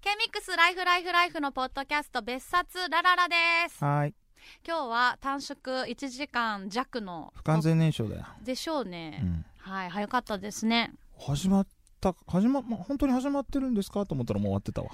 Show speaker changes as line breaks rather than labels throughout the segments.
ケミックスライフライフライフのポッドキャスト別冊ラララです
はい
今日は短縮1時間弱の
不完全燃焼だよ、
でしょう
う
ね、
ん、
はい早かったですね
始まった始ま、ま、本当に始まってるんですかと思ったらもう終わっ てたわ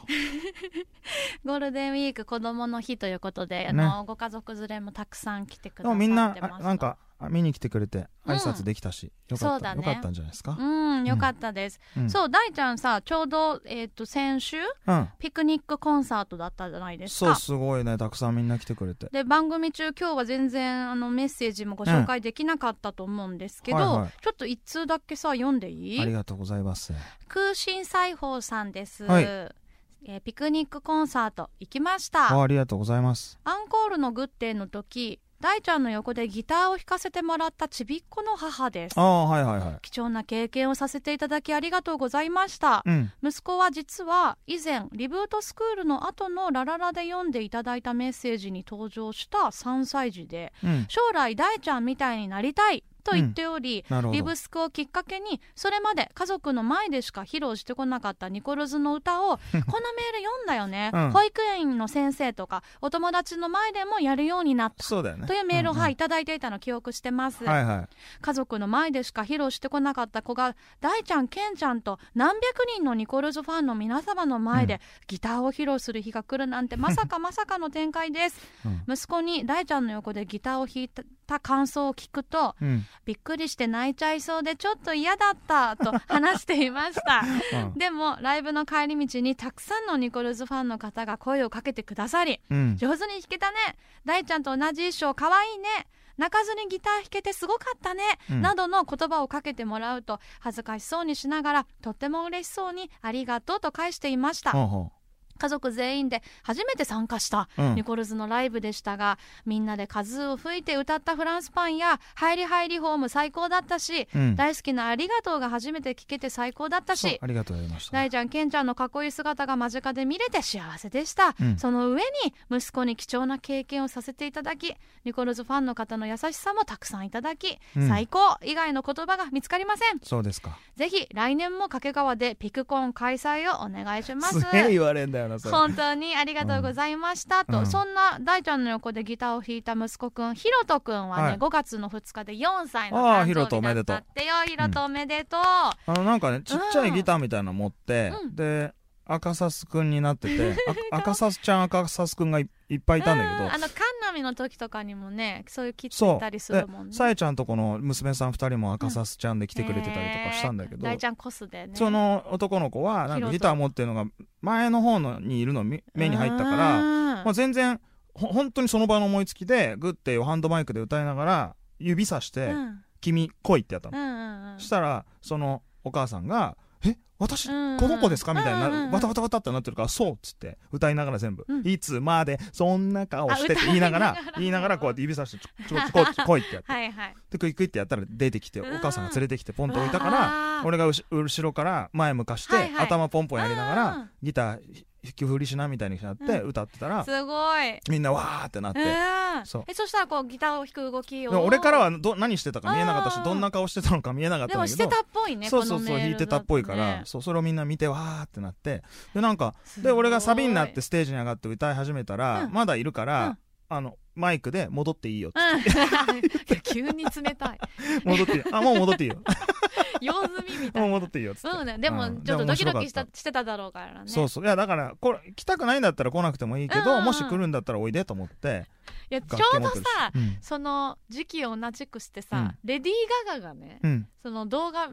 ゴールデンウィーク子どもの日ということで、あ
ね
のご家族連れもたくさん来てく
で
ださっ
も
て
みんな
ました
あなんかあ見に来てくれて挨
う
拶
ん
できたし、よ
そ
か
う
っ
だ
た、
ね
よかったんじゃないですか
うんよかったです、
うん
そう大ちゃんさちょうど、えー、と先週
うん
ピクニックコンサートだったじゃないです
そう
か
すごいねたくさんみんな来てくれて
で番組中今日は全然あのメッセージもご紹介できなかったと思うんですけど、
うんはいはい
ちょっと一通だけさ読んでい
あり
い
がとうございます
空心裁縫さんです、
はい
えーピクニックコンサート行きました
あありがとうございます
アンコールのグッデーの時大ちゃんの横でギターを弾かせてもらったちびっ子の母です
ああはいはいはい
貴重な経験をさせていただきありがとうございました
うん
息子は実は以前リブートスクールの後のラララで読んでいただいたメッセージに登場した3歳児で
うん
将来大ちゃんみたいになりたいと言っており、
なるほ
リ
ど
ブスクをきっかけにそれまで家族の前でしか披露してこなかったニコルズの歌 をこのメール読んだよね、
うん
保育園の先生とかお友達の前でもやるようになった
そうだよね
というメールを、
んん
はい、いただいていたの記憶してます、
はいはい
家族の前でしか披露してこなかった子が大ちゃんケンちゃんと何百人のニコルズファンの皆様の前
う
でギターを披露する日が来るなんてまさかまさかの展開です
うん
息子に大ちゃんの横でギターを弾いた感想を聞くと
うん
びっくりして泣いちゃいそうでちょっと嫌だったと話していました
うん
でもライブの帰り道にたくさんのニコルズファンの方が声をかけてくださり
うん
上手に弾けたね大ちゃんと同じ衣装かわいいね泣かずにギター弾けてすごかったね、
うん
などの言葉をかけてもらうと恥ずかしそうにしながらとっても嬉しそうにありがとうと返していました、
ほうほ
家族全員で初めて参加した
ううん
ニコルズのライブでしたがみんなで風を吹いて歌ったフランスパンや「入り入りホーム」最高だったし
うん
大好きな「ありがとう」が初めて聞けて最高だった
そう
し
ありがとうございました
大ちゃんケンちゃんのかっこいい姿が間近で見れて幸せでした、
うん
その上に息子に貴重な経験をさせていただきニコルズファンの方の優しさもたくさんいただき、
うん
最高以外の言葉が見つかりません
そうですか
ぜひ来年も掛川でピクコン開催をお願いします
すげえ言われんだよなそれ
本当にありがとうございました、
うん
と、
うん
そんな大ちゃんの横でギターを弾いた息子くんひろとくんはね、
はい
5月の2日で4歳の
ああ
誕
ひろと
生
お
日だ
めで
っ
と
た
う
ってよひろとおめでとう、
あのなんかねちっちゃ
う
い
ん
ギターみたいなの持って、
うん
で赤サスくんになって てあ赤サスちゃん赤サスくんがいいっぱいいたんだ
うんあ
けど
のカンナミの時とかにもねそういうキッズ
そ
いうたりす
で
るもんね
さえちゃんとこの娘さん2人も赤サスちゃんで来てくれてたりとかしたんだけど、
えー大ちゃんコスでね
その男の子はなんかギター持ってるのが前の方のにいるのみ目に入ったから、
うん
まあ、全然ほ本当にその場の思いつきでグッてをハンドマイクで歌いながら指さし
う
て
ん
「君来い」ってやったの
う。んうん
したらそのお母さんが「え私こ
うんうん
の子ですか?」みたいにな
うんうんうん
わたわたわたってなってるから「そう」っつって歌いながら全部
うん
「いつまでそんな顔して」っ
あ
て言いながら
歌いながら
言いながらこうやって指さして「ちょちょちょこいこい」ってやって
はいはい
でクイクイってやったら出てきてお
うん
母さんが連れてきてポンと置いたから
ら
俺がうし後ろから前向かし
はい
て
はい
頭ポンポンやりなが
うん
らギターひ引き振りしなみたいになって
う
歌ってたら
すごい
みんなわーってなってで
うん
そう
えそしたらこうギターを弾く動きを
も俺からはど何してたか見えなかった
う
し
ん
どんな顔してたのか見えなかった
で
んだ
も
け
して
ど
たっぽいね
そうそうそう
このメー
弾
ル
いてたっぽいから、
だとね
そうそれをみんな見てわーってなってでなんか
すごい
で俺がサビになってステージに上がって歌い始めたら、
うん
まだいるから、
うん
あのマイクで戻っていいよって
うん 急に冷たい
戻っていいよあもう戻っていいよ
用済みみた
もう
いな
戻っていいよっつって、
そうねでも
うん
ちょっとドキドキした
で面白かっ
してただろうからね
そうそういやだからこれ来たくないんだったら来なくてもいいけど、
うんうん
もし来るんだったらおいでと思って、
いやちょ
楽
う
器
ど
持って
さ
るしうん
その時期を同じくしてさ、
うん
レディー・ガガがね
うん
その動画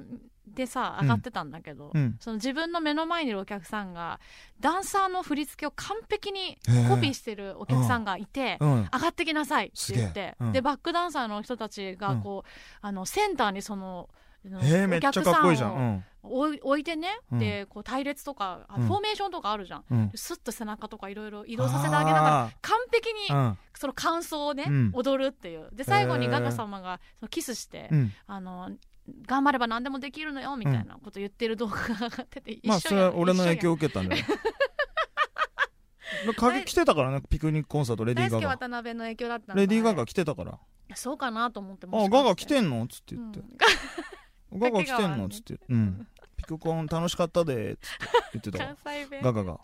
でさ
うん
上がってたんだけど、
うん
その自分の目の前にいるお客さんがダンサーの振り付けを完璧に
へー
コピーしてるお客さんがいて、
うん
上がってきなさいって言っ
すげ
て
え、うん
でバックダンサーの人たちがこう、あのセンターにその
へえめっちゃかっこいいじゃん、
お客さんを置い置いてね、
うん
でこう隊列とかあ
うん
フォーメーションとかあるじゃん、
うんうん、
スッと背中とかいろいろ移動させてあげながら完璧に
らうん
その感想をね、
うん
踊るっていうで最後に
へー
ガガ様がそのキスして、
うん
あの頑張れば何でもできるのよみたいなこと言ってる動画が上がってて、一緒
まあそれは俺の影響
を
を受けたんだよ影来てたからねピクニックコンサートレディ
大
ー・
好
ガ
き
ガ
渡辺の影響だったんだね
レディー・ガガ来てたから
そうかなと思って
「あガガ来
って
んの?」っつって言って「ガガ来 てんの?」っつって「うんピクコン楽しかったで」っつって言ってた
関
わ
西弁
ガガが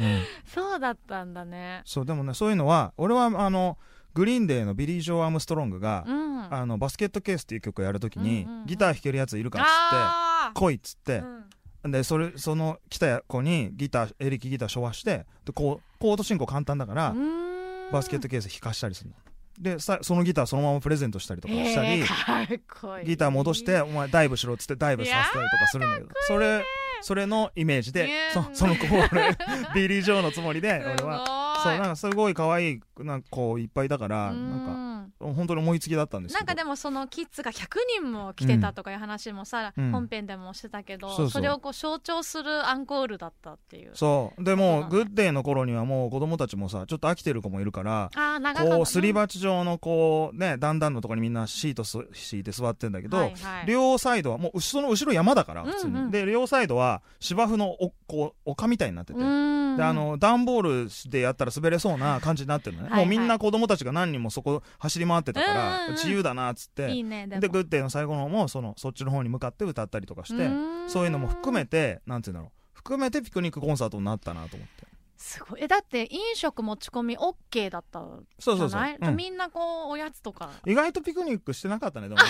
うん
そうだったんだね
そうでもねそういうのは俺はあのグリーンデーのビリー・ジョー・アームストロングが、
うん
あのバスケットケースっていう曲をやるときに、
うんうんうん
ギター弾けるやついるからっつ
あ
って来いっつって
ー、うん
でそれその来た子にギターエレキギター昭和してでこうコード進行簡単だから、
うーん
バスケットケース弾かしたりするのでさそのギターそのままプレゼントしたりとかした
へ
り、
ーかっこいい
ギター戻してお前ダイブしろっつってダイブさせたりとかするんだけどそれそれのイメージで
ね
そその 子を俺ビリー・ジョーのつもりで俺はそうなん
か
かすごい可愛いなんかこういっぱいだからなんか
なんか
本当に思いつきだったんです
な
けど
んかでもそのキッズが100人も来てたとかいう話もさ、
うん
本編でもしてたけど、
そう
そ
そう
れをこう象徴するアンコールだったっていう
そうで
そう
も
だね
グッデイの頃にはもう子供たちもさちょっと飽きてる子もいるから
ああ長かった
こうすり鉢状のこうね段々のところにみんなシートす敷いて座ってんだけど、
はいはい
両サイドはもうその後ろ山だから普通に、
うんうん
で両サイドは芝生のおこう丘みたいになってて、
うーん
であの段ボールでやったら滑れそうな感じになってるのね、
はいはい
もうみんな子供たちが何人もそこ走り回ってたから、
うんうんうん
自由だなっつって
いいねでも
でグッデイの最後の方もそのそっちの方に向かって歌ったりとかして、
ーん
そういうのも含めてなんて言うんだろう含めてピクニックコンサートになったなと思って
すごいえだって飲食持ち込み OK だった
そ
じ
うそ
ゃ
うそう
ない、、
うん
みんなこうおやつとか
意外とピクニックしてなかったね でもね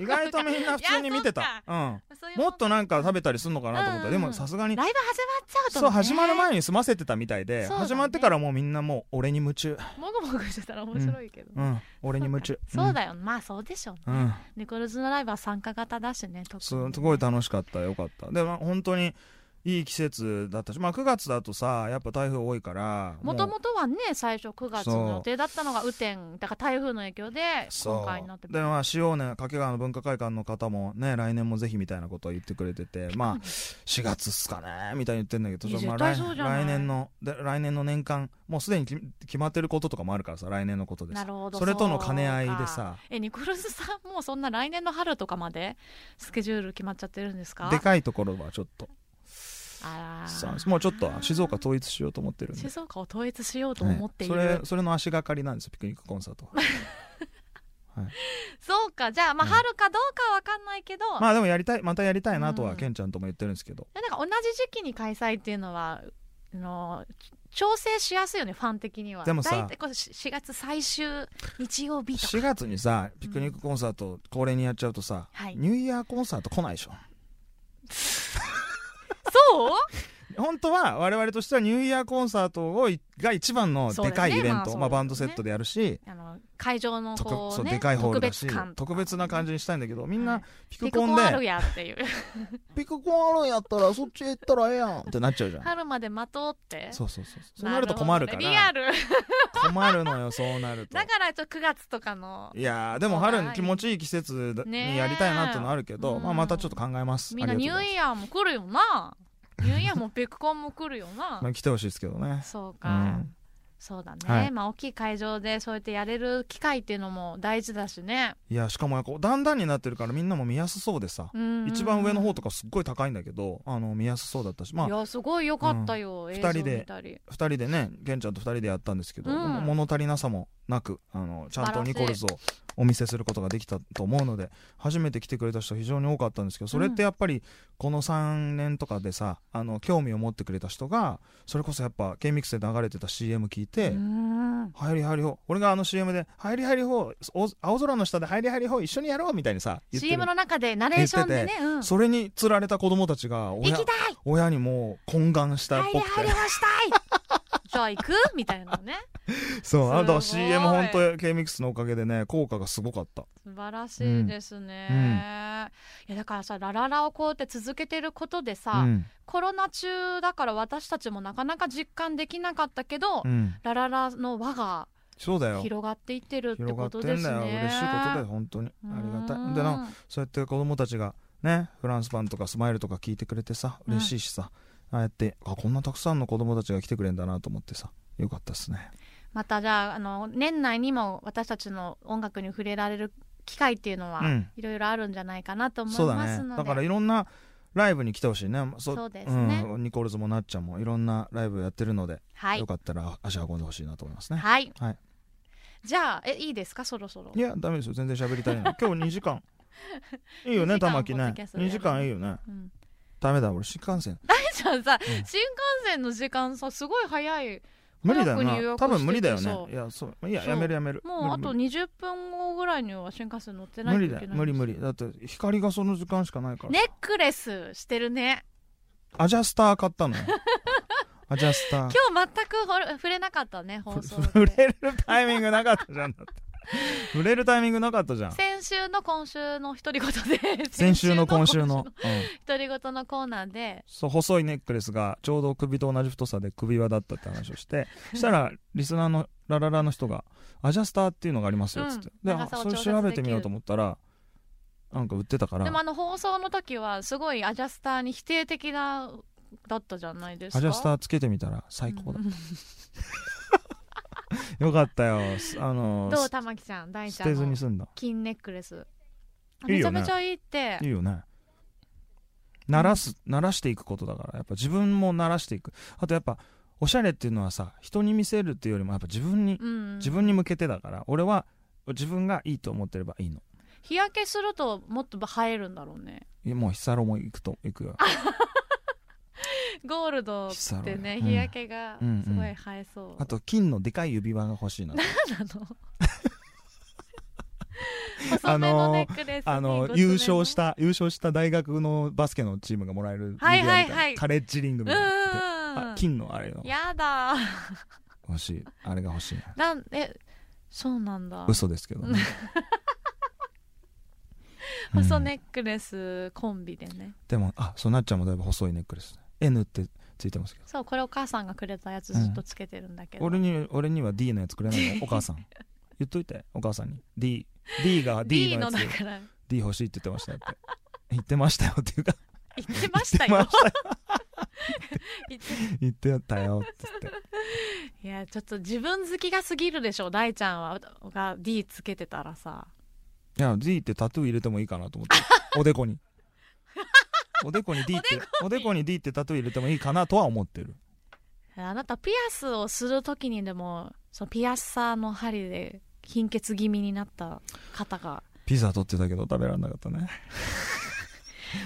意外とみんな普通に見て
い
た
や
うん
そういう
もっとなんか食べたりするのかなと思った、
うんうん
でもさすがに
ライブ始まっちゃうと、ね、
そう始まる前に済ませてたみたいで、
そうだね
始まってからもうみんなもう俺に夢中
もぐもぐしてたら面白いけど、
うん俺に夢中
そうだよ、まあそうでしょうね、
うん、うん
ニコルズのライブは参加型だしね特に
す
ね
すごい楽しかったよかったでも本当にいい季節だったし、まあ、9月だとさやっぱ台風多いから
もともとはね最初9月の予定だったのが雨天だから台風の影響で
そ
今
う
回になって
でまあ塩ね掛川の文化会館の方もね来年もぜひみたいなことを言ってくれて てまあ4月っすかねみたいに言ってんだけど
いや
ま
絶
あ
対
来
そうじゃない
来年ので来年の年間もうすでにき決まってることとかもあるからさ来年のことで
な
す
るほど
それとの兼ね合い
そう
で
か
さ
えニコルズさんもうそんな来年の春とかまでスケジュール決まっちゃってるんですか
でかいところはちょっと
あら
さもうちょっと静岡統一しようと思ってるんで
静岡を統一しようと思っている、
はいそれそれの足がかりなんですよピクニックコンサートは
そうかじゃあまあ
うん
春かどうかはわかんないけど、
まあでもやりたいまたやりたいなと
う
は
ん
ケンちゃんとも言ってるんですけど
なんか同じ時期に開催っていうのはあの調整しやすいよねファン的には
でもさ
大体こうし4月最終日曜日とか
4月にさピクニックコンサート恒例にやっちゃうとさ、
はい
ニューイヤーコンサート来ないでしょ
そう
本当は我々としてはニューイヤーコンサートをいが一番のでかいイベン
そうです
ト、
ね
ま
まあ
あ、バンドセットでやるし、
あの会場の
とか
こ
そうう
ね
でかいホールだし
特別
特
感
別な感じにしたいんだけどみん
はい
な
ピ
ピク
クコ
コン
ン
で、
あるやって いう
ピクコンあるんやったらそっちへ行ったらええやんってなっちゃうじゃん
春まで待とうって
そうそうそうそうなると困るか
なほどねリア
ら
ル
困るのよそうなると
だからちょっと9月とかの
いやーでも春に気持ちいい季節だ
ねえ
にやりたいなってのあるけど、
うん
まあ、またちょっと考えます
みんなニュ
あ
ー
りがとうござ
イヤーも来る
い
よなニューイヤーもピクコンも来るよ
ま
な
す、まあ、来てほしいですけどね
そう
う
か、
ん
そうだね、
はい
まあ大きい会場でそうやってやれる機会っていうのも大事だしね、
いやしかもやっぱだんだんになってるからみんなも見やすそうでさ、
うん
一番上の方とかすっごい高いんだけどあの見やすそうだったしまあ
いやすごい良かったよ、
ん
映像
二人で
見たり
2人でね玄ちゃんと2人でやったんですけど、
うん
でも物足りなさもなくあのちゃん
素晴
と
らしい
ニコルズをお見せすることができたと思うので初めて来てくれた人非常に多かったんですけどそれってやっぱりこの3年とかでさあの興味を持ってくれた人がそれこそやっぱ K ミックスで流れてた CM 聞いて。
うん
入り入りほ俺があの CM で「入り入りほお青空の下で入り入りほ一緒にやろう」みたいにさ言ってる
CM の中でナレーションでね、うん、行
それにつられた子供たちが
き
親
たい
親にもう懇願したっ
入り
ぽく
入
て
りはした いじゃあ行くみたいなね
そう、あなたは
すごい
CM 本当 K ミックスのおかげでね、効果がすごかった。
素晴らしいですね、
うんうん
いやだからさラララをこうやって続けてることで
う
さ、
ん、
コロナ中だから私たちもなかなか実感できなかったけど、
うん、
ラララの輪が
そうだよ。
広がっていってるって
広が
こ
って
と
ん
です
だよ。
ね
嬉しいことだよ、本当に。ありがたい。でな、そうやって子供たちがね、フランスパンとかスマイルとか聞いてくれてさ、
うん
嬉しいしさ、ああやってあこんなたくさんの子供たちが来てくれんだなと思ってさ、よかったですね。
またじゃああの年内にも私たちの音楽に触れられる機会っていうのは、
うん
いろいろあるんじゃないかなと思い
そう
ま
だ
すの
ね。
で
だからいろんなライブに来てほしいね。そ
そうですね
うん、ニコルズもなっちゃんもいろんなライブやってるので、
は
よ
い
かったら足運んでほしいなと思いますね。
はい、
はい
じゃあえいいですかそろそろ
いや、ダメですよ。全然喋りたいない。今日2時間。いいよ
2
ね、
時間
玉木
ポッ
ね
ドキャス。トでや
2
る
時間いいよね。
うん
ダメだ俺新幹線
じゃあさ、
ん
新幹線の時間さすごい早い
無理だよ
早く入
な
学
多分無理だよ
しててそ
ね
う
いやそういや
そう
やめるやめる
もうあと
無理
20分後ぐらいには新幹線乗ってない
無
と
理
いけ
だ
ない
よ無理無理だって光がその時間しかないから
ネックレスしてるね
アジャスター買っ たのよアジャスター
今日全くほれ触れなかったね放
ふ
送
触
で
れるタイミングなかったじゃんだって触れるタイミングなかったじゃん
先週の今週の独り言で
先週の今週の、うん
独り言のコーナーで
そう細いネックレスがちょうど首と同じ太さで首輪だったって話をしてそしたらリスナーのラララの人が「アジャスターっていうのがありますよ」っつって、
うん
で
長さ
あ
を
それ
調節
調べてみようと思ったらなんか売ってたから
でもあの放送の時はすごいアジャスターに否定的なだったじゃないですか
アジャス
ー
ターつけてみたら最高だ、よかったよすあの
どう玉木ちゃん大ち
捨
ゃん
てずに
の
済んだ
金ネックレスめち
いいよ
ゃ
ね
めちゃいいって
いいよね鳴らす鳴らしていくことだからやっぱ自分も鳴らしていくあとやっぱおしゃれっていうのはさ人に見せるっていうよりもやっぱ自分に
うん
自分に向けてだから俺は自分がいいと思ってればいいの
日焼けするともっと映えるんだろうね
いやもうヒサロも行くと行くよ
ゴールドってね
ヒサロねうん
日焼けがすごい映えそう、
あと金のでかい指輪が欲しいな
何なの 細めのネックレスに
あの
ごつめ
優勝した優勝した大学のバスケのチームがもらえる指輪
は
み
い
た
はいい
な、
はい
カレッジリング
う
みたいな
ー
あ
ん
金のあれの
やだ
欲しいあれが欲しい
な
な
んえそうなんだ
嘘ですけどねうん
細ネックレスコンビでね
でもあそうなっちゃんもだいぶ細いネックレス N ってついてますけど
そうこれお母さんがくれたやつずっとつけてるんだけど、
俺に俺には D のやつくれない のお母さん言っといてお母さんに D, D が D
D
の
の
やつ
だから
D 欲しいって言ってましたって言ってましたよっていうか
言ってました
言
よ
ってました
言って
言ってたよって言って
いやちょっと自分好きが過ぎるでしょ大ちゃんはが D つけてたらさ
いや D ってタトゥー入れてもいいかなと思って おでこにおでこに D っておでこに D ってタトゥー入れてもいいかなとは思ってる
あなたピアスをする時にでもそのピアッサーの針で貧血気味になった方が
ピザ取ってたけど食べられなかったね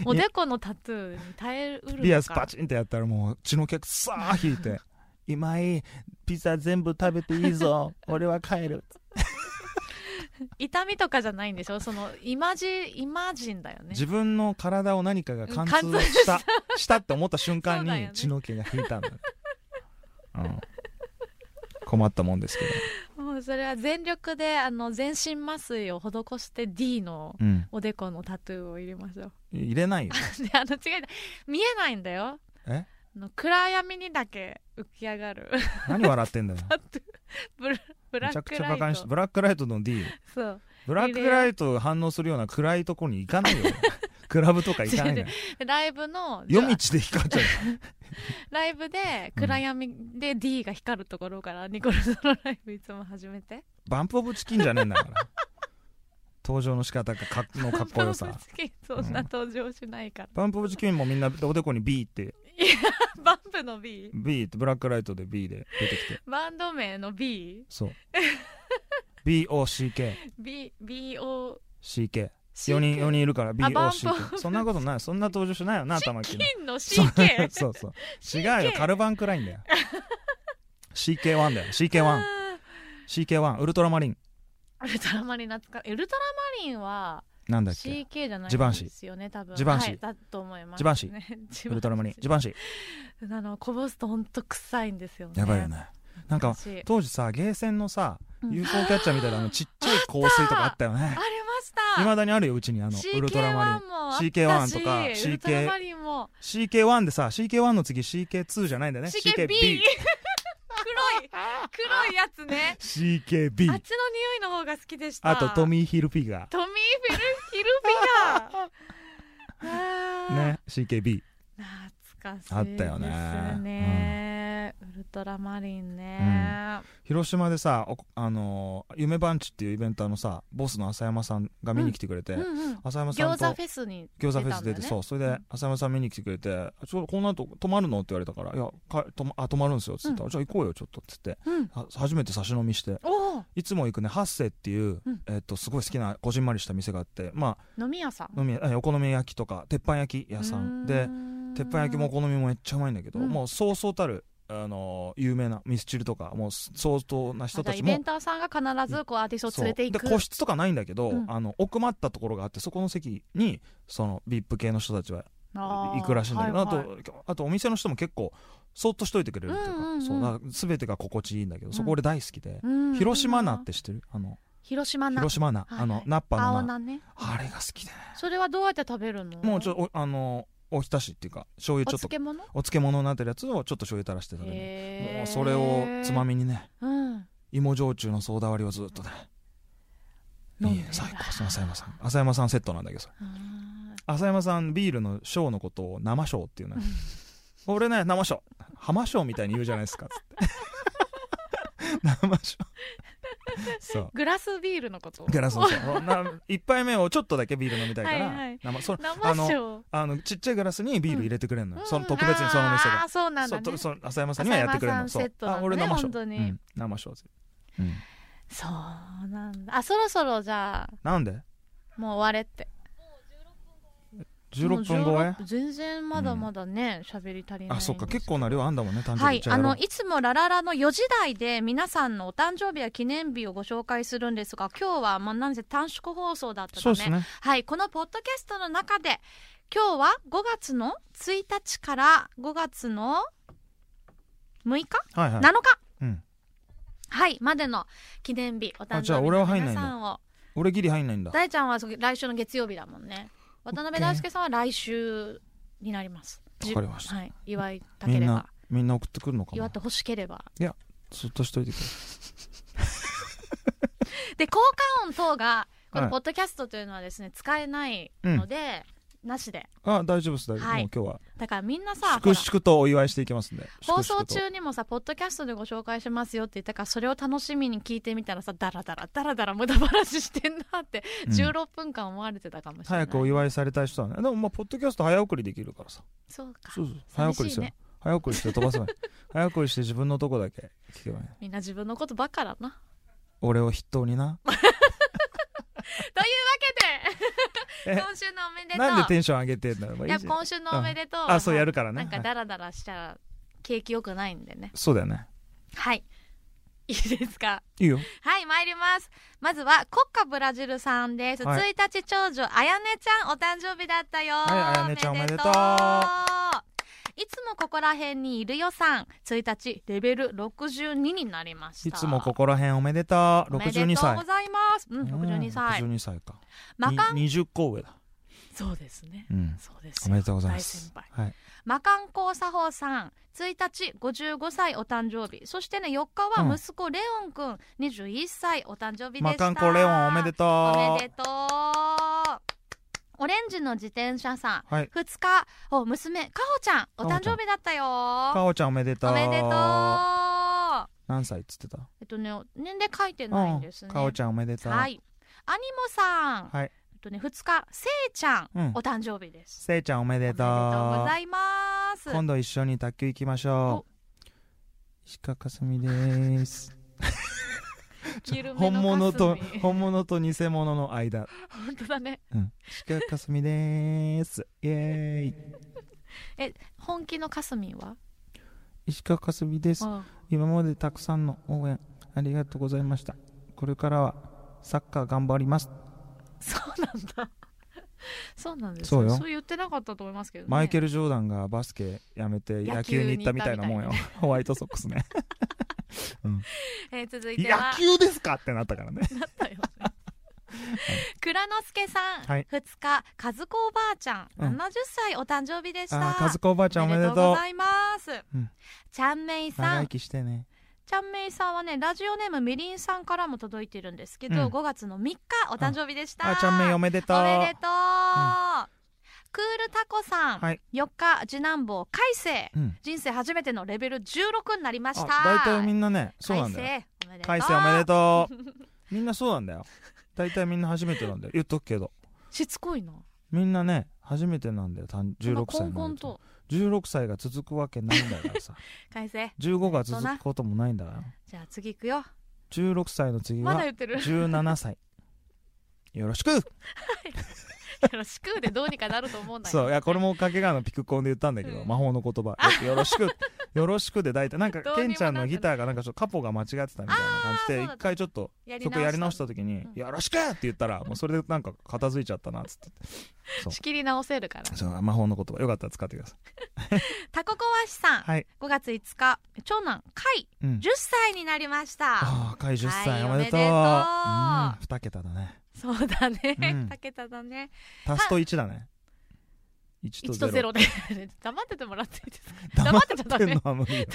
おでこのタトゥーに耐えうるのか
ピアスパチンってやったらもう血の客さあ引いて「今井ピザ全部食べてい いぞ俺は帰る
痛みとかじゃないんでしょそのイマジイマジンだよ」ね
自分の体を何かが貫
貫
通
通
したしたって思った瞬間
そうだよ
に
ね
血の気が引いたんだ、 うん、困ったもんですけど、
もうそれは全力であの全身麻酔を施して D の
うん、
おでこのタトゥーを入れましょう
入れないよ
であの違う見えないんだよ
え
あの暗闇にだけ浮き上がる
何笑ってんだよ
タトゥーブラブラ
めち
ッ
ゃく
ク
ちゃ
ラ
バカ
イ
にして
ト
ブラックライトの D
そう
ブラックライト反応するような暗いとこに行かないよクラブとか行かな いよ
でライブの
夜道で光っちゃう
ライブで暗闇で D が光るところからニコルソのライブいつも始めて
バンプオブチキンじゃねえんだから登場の仕方がかのかっこよさ
バンプオ ブチキンそんな登場しないから、
バンプオブチキンもみんなおでこに B って
バンプの B
B ってブラックライトで B で出てきて
バンド名の BBOCK
そう BOCKCK4 人4人いるから
バンプオブ
BOCK そんなことないそんな登場しないよな玉木の
金の
そう
CK
そうそう違うよカルバンくらいんだよ CK1 だよ CK1CK1
あ
ウルトラマリン
ーウルトラマリン懐かウルトラマリンは
なんだっけ
CK じゃない
ジバンシー
ですよね多分
ジバンシー
はい、だと思います、ね、
ジバンシー
ー
ウルトラマリンジバンシ
あのこぼすとほんと臭いんですよね
ーやばいよねなんか
昔
当時さゲーセンのさ
うん
UFO キャッチャーみたいなあのちっちゃい香水とかあったよ
あり
ね
ました
いまだにあるようちにあのウルトラマリン
CK1 もあったし
CK1 とか CK
ウルトラマリンも
CK1 でさ CK1 の次 CK2 じゃないんだよね
CKB 黒い黒いやつね
CKB
あっちの匂いの方が好きでした
あとトミー・ヒルフィガ
トミーフィルヒルフィガ
ー
ー
ね CKB
懐かしいですね
あったよね
ウルトラマリンね、
広島でさおあのー夢バンチっていうイベントのさボスの浅山さんが見に来てくれて、
うんうん、
浅山さん
餃
と
子フェスに
餃子フ
出
ェス出て、
たんだよね
そうそれで浅山さん見に来てくれて「ちょこの後泊まるの?」って言われたから「いやかとまあ泊まるんですよ」っつったら、
う
じゃあ行こうよちょっと」っつって
うん、
は初めて差し飲みして
おお
いつも行くねハッセっていう、
うん
えっとすごい好きなこじんまりした店があってまあ
飲み屋さん
飲みえお好み焼きとか鉄板焼き屋さんで
うーん
鉄板焼きもお好みもめっちゃうまいんだけど、
うん
もうそうそうたる、あのー有名なミスチルとかもう相当な
あじ
人
ゃ
た
あイ
ち
ベ
も
ンターさんが必ずこうアーティストを
そう
連れてい
で
く
個室とかないんだけど、
うん
あの奥まったところがあってそこの席にその VIP 系の人たちは行くらしいんだけどあ,、
あーはいはい
とあとお店の人も結構そっとしといてくれるっていうか,、
うんうんうん
そうだから全てが心地いいんだけど、
ん
そこ俺大好きで、
うん
広島菜って知ってるあの
広島な
広島菜、
はいはい
あのナッパ
青
の菜
菜ね
あれが好きで、ね、
それはどうやって食べるの
もうちょっとおあのおひたしっていうか醤
お
油ちょっと
漬物
お漬物になってるやつをちょっと醤油垂らして食べる
へ
も
ー
うそれをつまみにね
うん
芋焼酎のソーダ割りをずっとね
飲ん
いい
で
最高ですね浅山さん浅山さんセットなんだけどそれ
あ
浅山さんビールのショーのことを生ショーっていうね俺ね生ショー浜ショーみたいに言うじゃない ですかつって生ショーそう
ーグラスビールのこと
ガラスのショーな一杯目をちょっとだけビール飲みたいから
はいはい
生そのあ
生
の
酒
あのちっちゃいガラスにビール入れてくれるのよ、
うん
その特別にその店が
あーそうなん
そ
だ
う
ね
とその浅山さんにはやってくれるの
浅
そ
山さん
う
セットなんだね
あ俺生ショ
本
ー
当に
うん、生ショーズ、うん、
そうなんだあそろそろじゃあ
なんで
もう終われって
16分超え
もう16全然まだまだね喋、り足りない
あそっか結構な量あんだもんね誕生日
はい
じゃあ
あ
やろう
のいつもラララの4時台で皆さんのお誕生日や記念日をご紹介するんですが今日はまあなんせ短縮放送だった
そう
た
です
め、
ね
はいこのポッドキャストの中で今日は5月の1日から5月の6日、
はいはい
7日
うん、
はいまでの記念日お誕
あじゃ
生
あ
日
俺は
の
入んな
皆
いんだ
さんを
俺ギリ入んないんだ
大ちゃんはそう来週の月曜日だもんね渡辺大輔さんは来週になります
わかりました
はい祝いた
み
け
ん
れ
な
ば
みんな送ってくるのか
祝
な
ってほしければ
そっとしといてくれ
で効果音等がこ
は
の
い
ポッドキャストというのはですね、使えないので、なしで
あ大丈夫です大丈夫、
はい
もう今日は
だからみんなさほら
粛々とお祝いしていきますんで
放送
粛々
中にもさポッドキャストでご紹介しますよって言ったからそれを楽しみに聞いてみたらさダラダラダラダラ無駄話してんなって、
とうん
16分間思われてたかもしれない
早くお祝いされたい人はねでもまあポッドキャスト早送りできるからさ
そうか
そうそう早送りす
寂
る、
しいね
早送りして飛ばせ ばいい早送りして自分のとこだけ聞けばいい
みんな自分のことばっかだな
俺を筆頭にな
け
え
で今週のおめでとう
なんでテンション上げてんだろう
いや今週のおめでとうは
あそうやるからね
なんかダラダラしたら景気良くないんでね
そうだよね
はいいいですか
いいよ
はい、参ります。まずは、国家ブラジルさんです。
はい
1日長女、あやねちゃん、お誕生日だったよ。
はいあやねちゃんおめでとう
いつもここら辺にいるよさん。1日、レベル62になりました。
いつもここら辺おめでとう
おめでとう
62歳
ございます。うん、62歳。
うん62歳か
マカン、
に20個上だ
そうですね。
うん
そうです
お
よ
めでとうございます
大先
はい
マカンコウサホウさん1日55歳お誕生日そしてね4日
うん
は息子レオンくん21歳お誕生日でした、
マカンコレオンおめでとう
おめでとうオレンジの自転車さん
はい
2日お娘かほちゃんお誕生日だった
か
よ
おちゃんおめでとう
おめでとう
何歳っつってた
えっとね年齢書いてないんですね、
かおちゃんおめでとう
はいアニモさん、
はい
えっとね2日せいちゃん、
うん
お誕生日です
せいちゃんおめ
おめ
で
でと
と
う
う
ございます
今度一緒に卓球行きましょう石川佳純ですちょ
緩めの
本物と
かすみ
本物と偽物の間
本当だね
石川佳純ですイエーイ
本気のかすみんは
石川佳純です
あ
今までたくさんの応援ありがとうございましたこれからはサッカー頑張ります
そうなんだ そうなんです
そうよ
そう言ってなかったと思いますけど、ね、
マイケル・ジョーダンがバスケやめて野球に行ったみたいなもんよホワイトソックス ね
えー続いて
野
は
球ですかってなったからね
だったよね 倉之助さん、
はい
2日和子おばあちゃん、
うん
70歳お誕生日でした
ああ和子おばあちゃんおめでとう
ございます、
うん
ちゃんめい
長
さ
生
ん
きしてね
ちゃんめいさんはねラジオネームみりんさんからも届いてるんですけど、
うん
5月の3日お誕生日でした
あちゃんめいおめでとう
おめでとう、クールタコさん、
はい
4日次男坊海星
うん
人生初めてのレベル16になりました
あ大体みんなねそうなんだよ
改
改
正
正
お
お
め
め
で
で
とう
と うみんなそうなんだよ大体みんな初めてなんだよ言っとくけど
しつこいな
みんなね初めてなんだよたん16歳
こんこ
なん
ん
だ
と
よ16歳が続くわけないんだから さ
改正
15が続くこともないんだから
じゃあ次行くよ
16歳の次
まだ
は
言ってる
17歳よろしく
よろしくでどうにかなると思うんだけ
そういやこれも掛川のピクコンで言ったんだけど、
うん
魔法の言葉よよろしくよろしくで大体なんか
どうにも
ケンちゃんのギターがなんかちょっとカポが間違ってたみたいな感じ
あー
で
そうだ
一回ちょっと曲やり直した時に
うん
「よろしく!」って言ったらもうそれでなんか片付いちゃったなっつってと
仕切り直せるから
そう魔法の言葉よかったら使ってください
タココワシさん、
はい、
5月5日
長男海
うん
10歳になりました
ああ赤い10歳、
はい
おめでとう
おめでとう
うん、2桁だね
そうだね、
うん
たけただね
足すと1だね1
1
と
と
0
0で 黙っててもらっていいですか
黙
黙
っ
ってちゃダ
てん
メ
のは無理よ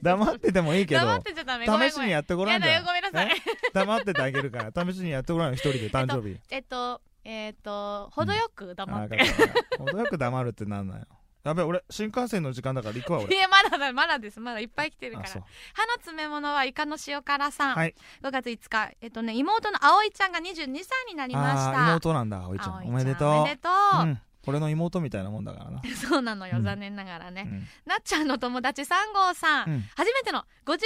黙っててもいいけど
黙ってちゃダメごめん
試し
ごめ
に
ん
やってごらんじ
やだ
ゃ
よごめんなさい
ね黙っててあげ るから試しにやってごらんよ一人で誕生日
えっとえっと程よく黙
あ
って、
ー程よく黙るってなんなよやべ俺新幹線の時間だから行くわ
い
俺
やまだだまだですまだいっぱい来てるか
あ
ら
そう
歯の詰め物はイカの塩辛さん、
はい
5月5日えっとね妹の葵ちゃんが22歳になりまし
あ
た
ー妹なんだ葵ちゃん
葵
おめでとう
おめでとう、
うん俺の妹みたいなもんだからな、
そうなの
う
よ
ん
残念ながらね、
うん
なっちゃんの友達3号さん、
うん
初めての53歳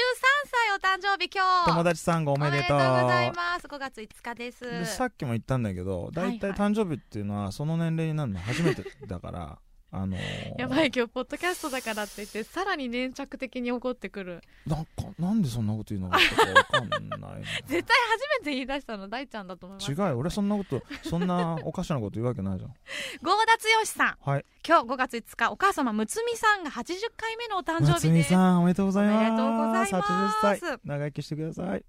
お誕生日今日
友達さんがおめでとう
おめございます5月5日です
でさっきも言ったんだけど大体
はいは
誕生日っていうのはその年齢になるの初めてだからあのー
やばい今日ポッドキャストだからって言ってさらに粘着的に怒ってくる
なんかなんでそんなこと言うのかわかん ないな
絶対初めて言い出したの大ちゃんだと思います
違うよ俺そんなことそんなおかしなこと言うわけない じゃん
郷田剛さん
はい
今日5月5日お母様むつみさんが80回目のお誕生
夏
日
美
です
さんおめでとうございます
おめでとうございます
80歳長生きしてください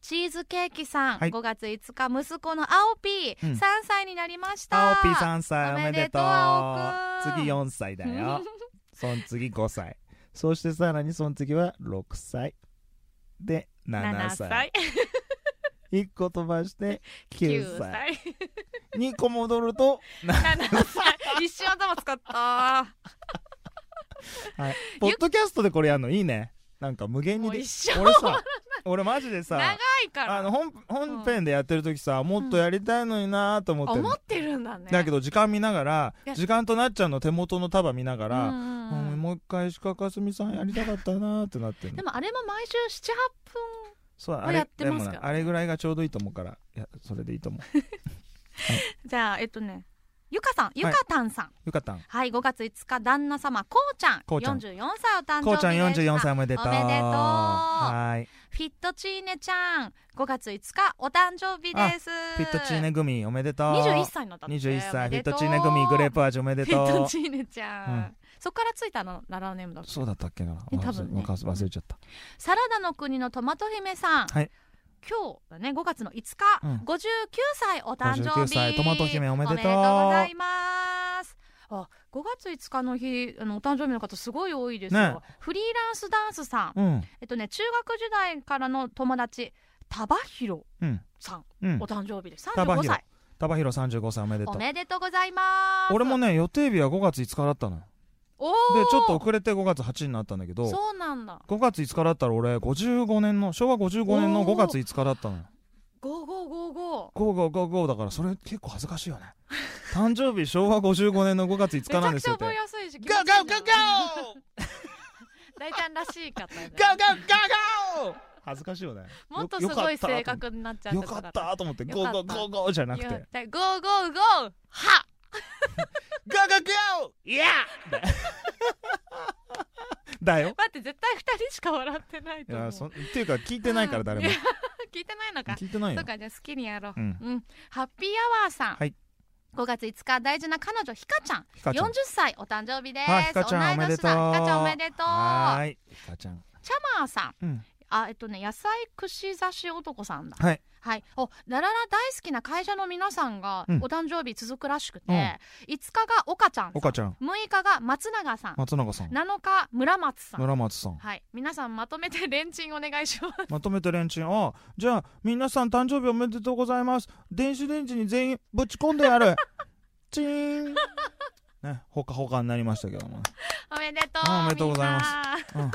チーズケーキさん、
はい
5月5日息子の青ピー、
うん
3歳になりました
あおぴーん歳
お
お
め
め
で
で
と
と
う
う
青くん
次4歳 だよその次5歳そしてさらにその次は6歳で7
7
歳
歳
1個飛ばして9
9
歳
歳
2個戻ると
7歳一瞬頭使った
はい、ポッドキャストでこれやるのいいねなんか無限に
もう
で
一生
俺さ俺マジで
長
さ
いか
あ
ら
の本本編でやってる時さ、もっとやりたいのになーと思ってる、
思ってるんだね
だけ
ど
ど時間見ながら
いや
時間となっちゃんの手元の束見ながら、
ん
うんもう一回石川佳純さんやりたかったなーってなってる
でもあれも毎週78分
そう
こ
あ
れ
れ
やってますから
でもなあれぐらいがちょうどいいと思うからいやそれでいいと思う
じゃあえっとねゆかさんゆかたんさんはい、
よかったん
5月5日旦那様こうちゃん
こうちゃん
44歳お誕生日でした
こうちゃん44歳おめでとう
おめでとう
はーい
フィットチーネちゃん5月5日お誕生日です
フィットチーネ組おめでとう
21歳になったんだって
21歳
お
フ
め
ィッ
でと
ト
う
チーネ組グレープ味おめで
フ
と
ィ
う
ットチーネちゃん、
うん
そっからついたのララネームだ
そうだったっけな
え多分ね
わか忘れちゃった、
サラダの国のトマト姫さん、
はい
今日だね5月の5日、
うん
59歳お誕生
59
日
歳トマト姫おめでと
おめ
う
でとうございますあ5月5日の日あのお誕生日の方すごい多いですよ、
ね
フリーランスダンスさん、
うん
えっとね中学時代からの友達タバヒロ
うん
さん、
うん
お誕生日です
タバ
35
ヒロ
歳
タバヒロ35歳おめでと
お
う
めでとうございます
俺もね予定日は5月5日だったのよ
お
で
ー
ちょっと遅れて5月8日になったんだけど
そうなんだ
5月5日だったら俺55年の昭和55年の5月5日だったのよ
5555
5555だからそれ結構恥ずかしいよね誕生日昭和55年の5月5
め
日
ち
なん
ゃ
で
く
す
ちゃ
よって
覚えやすいし
ゴーゴーゴーゴー
大ちゃんらしい方ね
ゴーゴーゴーゴー恥ずかしいよね
もっとすごい性
よ
格になっちゃう
よかったと思って
よ
ゴ
か
ーゴ
っ
ー
た
ゴーゴーじゃなくて
ゴーゴーゴーは
ゴーゴーゴーイヤーだよ
待って絶対二人しか笑ってない
い
と思
や
う
そんっていうか聞いてないから誰も
うんいや聞いてないのか
聞いてな
そ
い
う
よ
かじゃあ好きにやろう、
うん
うんハッピーアワーさん、
はい
5月5日大事な彼女ひかちゃん
ひかちゃん
40歳お誕生日です
はいひかちゃんお
同
め
い
で
年
と
だ
う
ひかちゃんおめでとう
はーいひかちゃん
チャマーさん
うん
あえっとね野菜串刺し男さんだ
はい
はい、おラララ大好きな会社の皆さんが
うん
お誕生日続くらしくて、
うん
5日が岡ちゃんさん
岡ちゃん
6日が松永さん
松永さん
7日村松さん
村松さん
はい皆さんまとめてレンチンお願い します
まとめてレンチンあじゃあ皆さん誕生日おめでとうございます電子レンジに全員ぶち込んでやる チーンねほかほかになりましたけどもね、
おめでとう
あおめでとうございます
みんな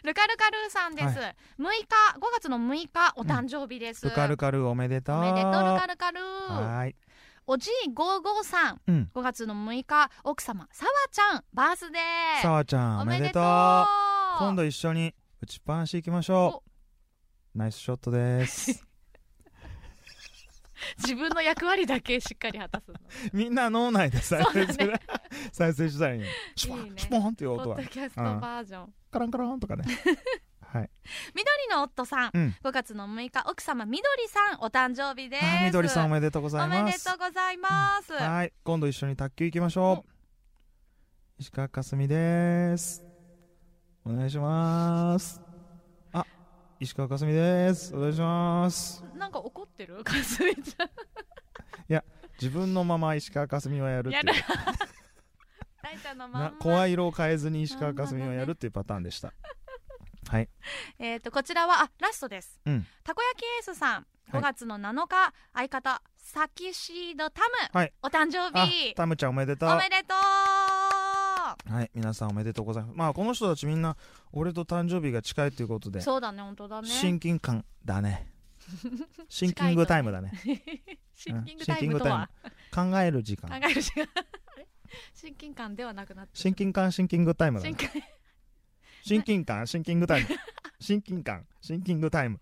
うん、
ルカルカルーさんです、
は
6日5月の6日お誕生日です、
ルカルカルーおめでとう
おめでとうルカルカルー
はーい
おじい55さん
うん
5月の6日奥様さわちゃんバースデ
さ
ー
わちゃんお
お
め
め
で
でと
とう
う
今度一緒に打ちっぱなし行きましょうナイスショットです
自分の役割だけしっかり果たすの。
みんな脳内で再生す
そう
る、再生したいよシュポ
いい
ン
ね
シュポンっていう
ポ
音
ッ
は
ドキャストバージョン。
カランカランとかねはい
緑の夫さん、
うん
5月の6日奥様緑さんお誕生日です
あみどりさんおめでとうござい
お
ま
めですとうございます、
はい今度一緒に卓球行きましょう、石川佳純ですお願いしますあ石川佳純ですお願いします
なんか怒ってるかすみちゃん。
自分のまま石川佳純はやるっていう
や大ちゃんのまんま
な怖い色を変えずに石川佳純をやるっていうパターンでしたはい
えー、とこちらはあラストです、
うん
たこ焼きエースさん
はい
5月の7日、相方サキシードタム、
はい
お誕生
あ
日
タムちゃんおめでとう
おめでとう
はい皆さんおめでとうございますまあこの人たちみんな俺と誕生日が近いということで
そうだね、本当だね。
親近感 だねシンキングタイムだね
シンキングタイムとは
シンキングタイム考える時
考
間
える時間。あれ親近感ではなくなって
親近感シンキングタイムだ
親
ね
近
親近感シンキン グタイム親近感シンキングタイム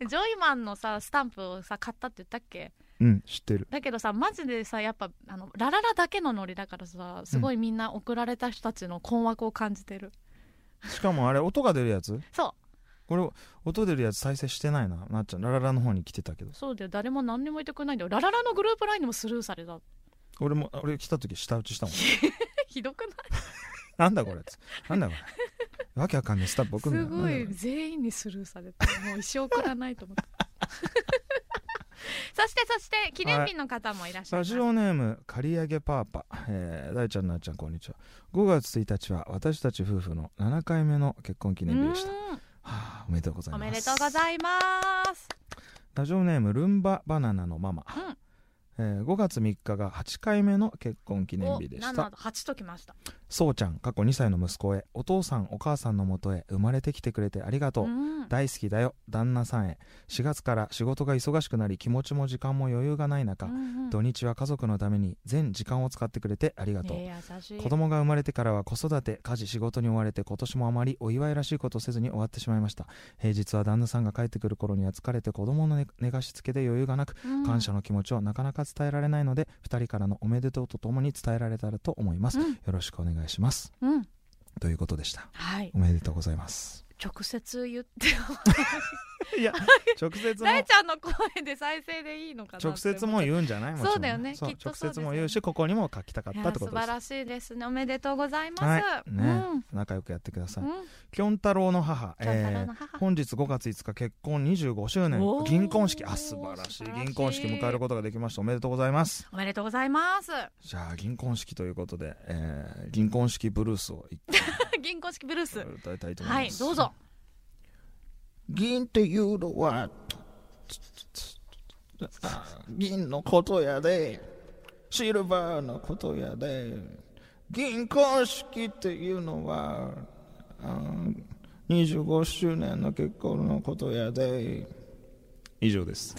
ジョイマンの さスタンプをさ買ったって言ったっけ
うん知ってる
だけどさマジでさやっぱあのラララだけのノリだからさすごいみんな送られた人たちの困惑を感じてる、
しかもあれ音が出るやつ
そ
これ音出るやつ再生してないななっちゃんラララの方に来てたけど
うそうだよ誰も何にも言ってくれないんだよラララのグループラインにもスルーされた
俺も俺来た時舌打 ちしたもん
ひどくない
なんだこれなんだこれわけわかんないスタッフ送る
す
の
ごい全員にスルーされたもう一生送らないと 思って
そしてそして記念日の方もいらっしゃい
ラ
ます、
ジオネーム刈り上げパーパ、えー、大ちゃんなっちゃんこんにちは5月1日は私たち夫婦の7回目の結婚記念日でしたは
うーん
あおめでとうござい
お
ます
めでとうございます
ラジオネームルンババナナのママ、えー5月3日が8回目の結婚記念日でし
お7
た
と8ときました
そうちゃん過去2歳の息子へお父さんお母さんのもとへ生まれてきてくれてありがとう、
うん
大好きだよ旦那さんへ4月から仕事が忙しくなり気持ちも時間も余裕がない中、
うんうん
土日は家族のために全時間を使ってくれてありがとう、
えー優しい
子供が生まれてからは子育て家事仕事に追われて今年もあまりお祝いらしいことをせずに終わってしまいました平日は旦那さんが帰ってくる頃には疲れて子供の寝寝かしつけで余裕がなく
うん
感謝の気持ちをなかなか伝えられないので2人からのおめでとうとともに伝えられたらと思います、
うん
よろしくお願いします
うん
ということでした
はい
おめでとうございます
直接 言ってよ
いや直 接も
大ちゃんの声で再生でいいのかなって思
直
っちゃう
接も言うんじゃないもちろん
そうだよね
そう
きっとそう
直
ですよね
接も言うしここにも書きたかっ
いや
たってこと
素
で
晴
す
らしいですねおめでとうございます、
はいね仲良くやってくだ
う
さい
ん、
きょん太郎の母
キョン太郎
えー
の母、
本日5月5日結婚25周年
おー
銀婚式あ素晴らし
素
い
晴らしい
銀婚式迎えることができましたおめでとうございます
おめでとうございます
じゃあ銀婚式ということで、えー銀婚式ブルースを一
銀行式ブルース
回歌いたいと思い
は
ま
い
す、
どうぞ
銀っていうのは銀のことやでシルバーのことやで銀婚式っていうのはあ25周年の結婚のことやで以上です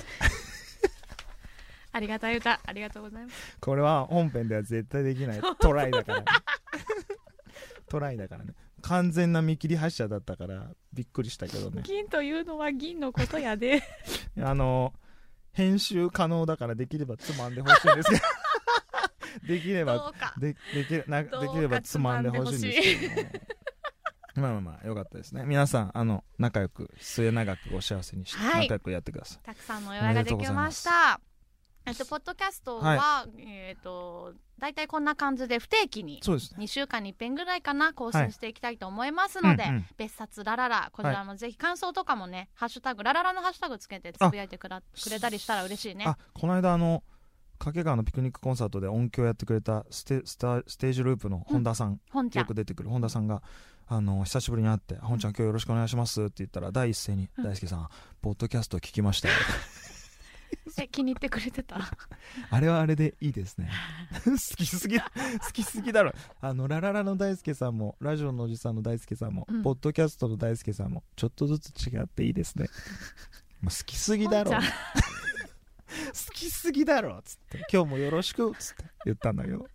ありがたい歌ありがとうございます
これは本編では絶対できないトライだからねトライだからね完全な見切り発車だったからびっくりしたけどね
銀というのは銀のことやで
あの編集可能だからできればつまんでほしいんです けどできれば
どうか
でできれなで
どうか
きればつまんでほしいんですけどもまあまあまあよかったですね皆さんあの仲良く末永くお幸せにして、
はい
仲良くやってくださ
たくさんのお祝いができましたえっとポッドキャストは、えっと大体こんな感じで不定期に
いそうですね
2週間に1遍ぐらいかな更新していきたいと思いますので、
うんうん
別冊ラララこちらもぜひ感想とかもね、ハッシュタグラララのハッシュタグつけてつぶやいてくらくれたりしたら嬉しいね
あこの間あの掛川のピクニックコンサートで音響やってくれたステスタステージループの本田さん、
本ちゃ
よ
ん
く出てくる本田さんがあの久しぶりに会って「本ちゃん今日よろしくお願いします」って言ったら第一声に「大輔さんポッドキャスト聞きましたよ」
え気に入ってくれてた
あれはあれでいいで すね。好きすぎ、好きすぎだろ。あの、ラララの大輔さんも、ラジオのおじさんの大輔さんも、
うん
ポッドキャストの大輔さんも、ちょっとずつ違っていいです ね。もう好きすぎだろ。
ほん
好
ち
きすぎだろ。つって、今日もよろしく。つって言ったんだけど。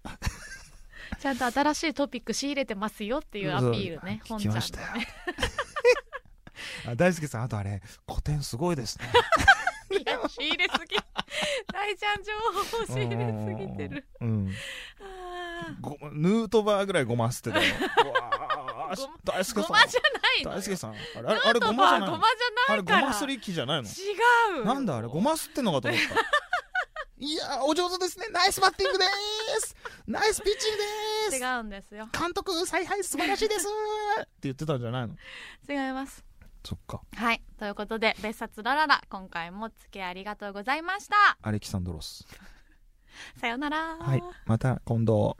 ちゃんと新しいトピック仕入れてますよっていうアピールね
そ
本
う聞
ち
き
ゃん
ま
の
したよ。 あ大輔さん、あとあれ、古典すごいですね。
いや仕入れすぎいちゃん情報を仕入れすぎてる。
うん
あ
ごヌートバーぐらいごま吸 ってたようわー
ごま
大
ー
輔さん
ごまじゃないの。
大輔さんあれ
ヌ
あれあ
ー
れご
ト
まじ
バー
ゃない
ご
の
まじ
あ
ゃない
れご
から。
ますり機じゃないの
違う。
なんだあれごま吸ってんのかと思った いやーお上手ですねナイスバッティングでーすナイスピッチングでー
違
す
うんですよ。
監督采配素晴らしいですーって言ってたんじ ゃないの
違います。
そっか
はい。ということで、別冊ラララ、今回もお付き合いありがとうございました。
アレキサンドロス
さよなら。
はいまた今度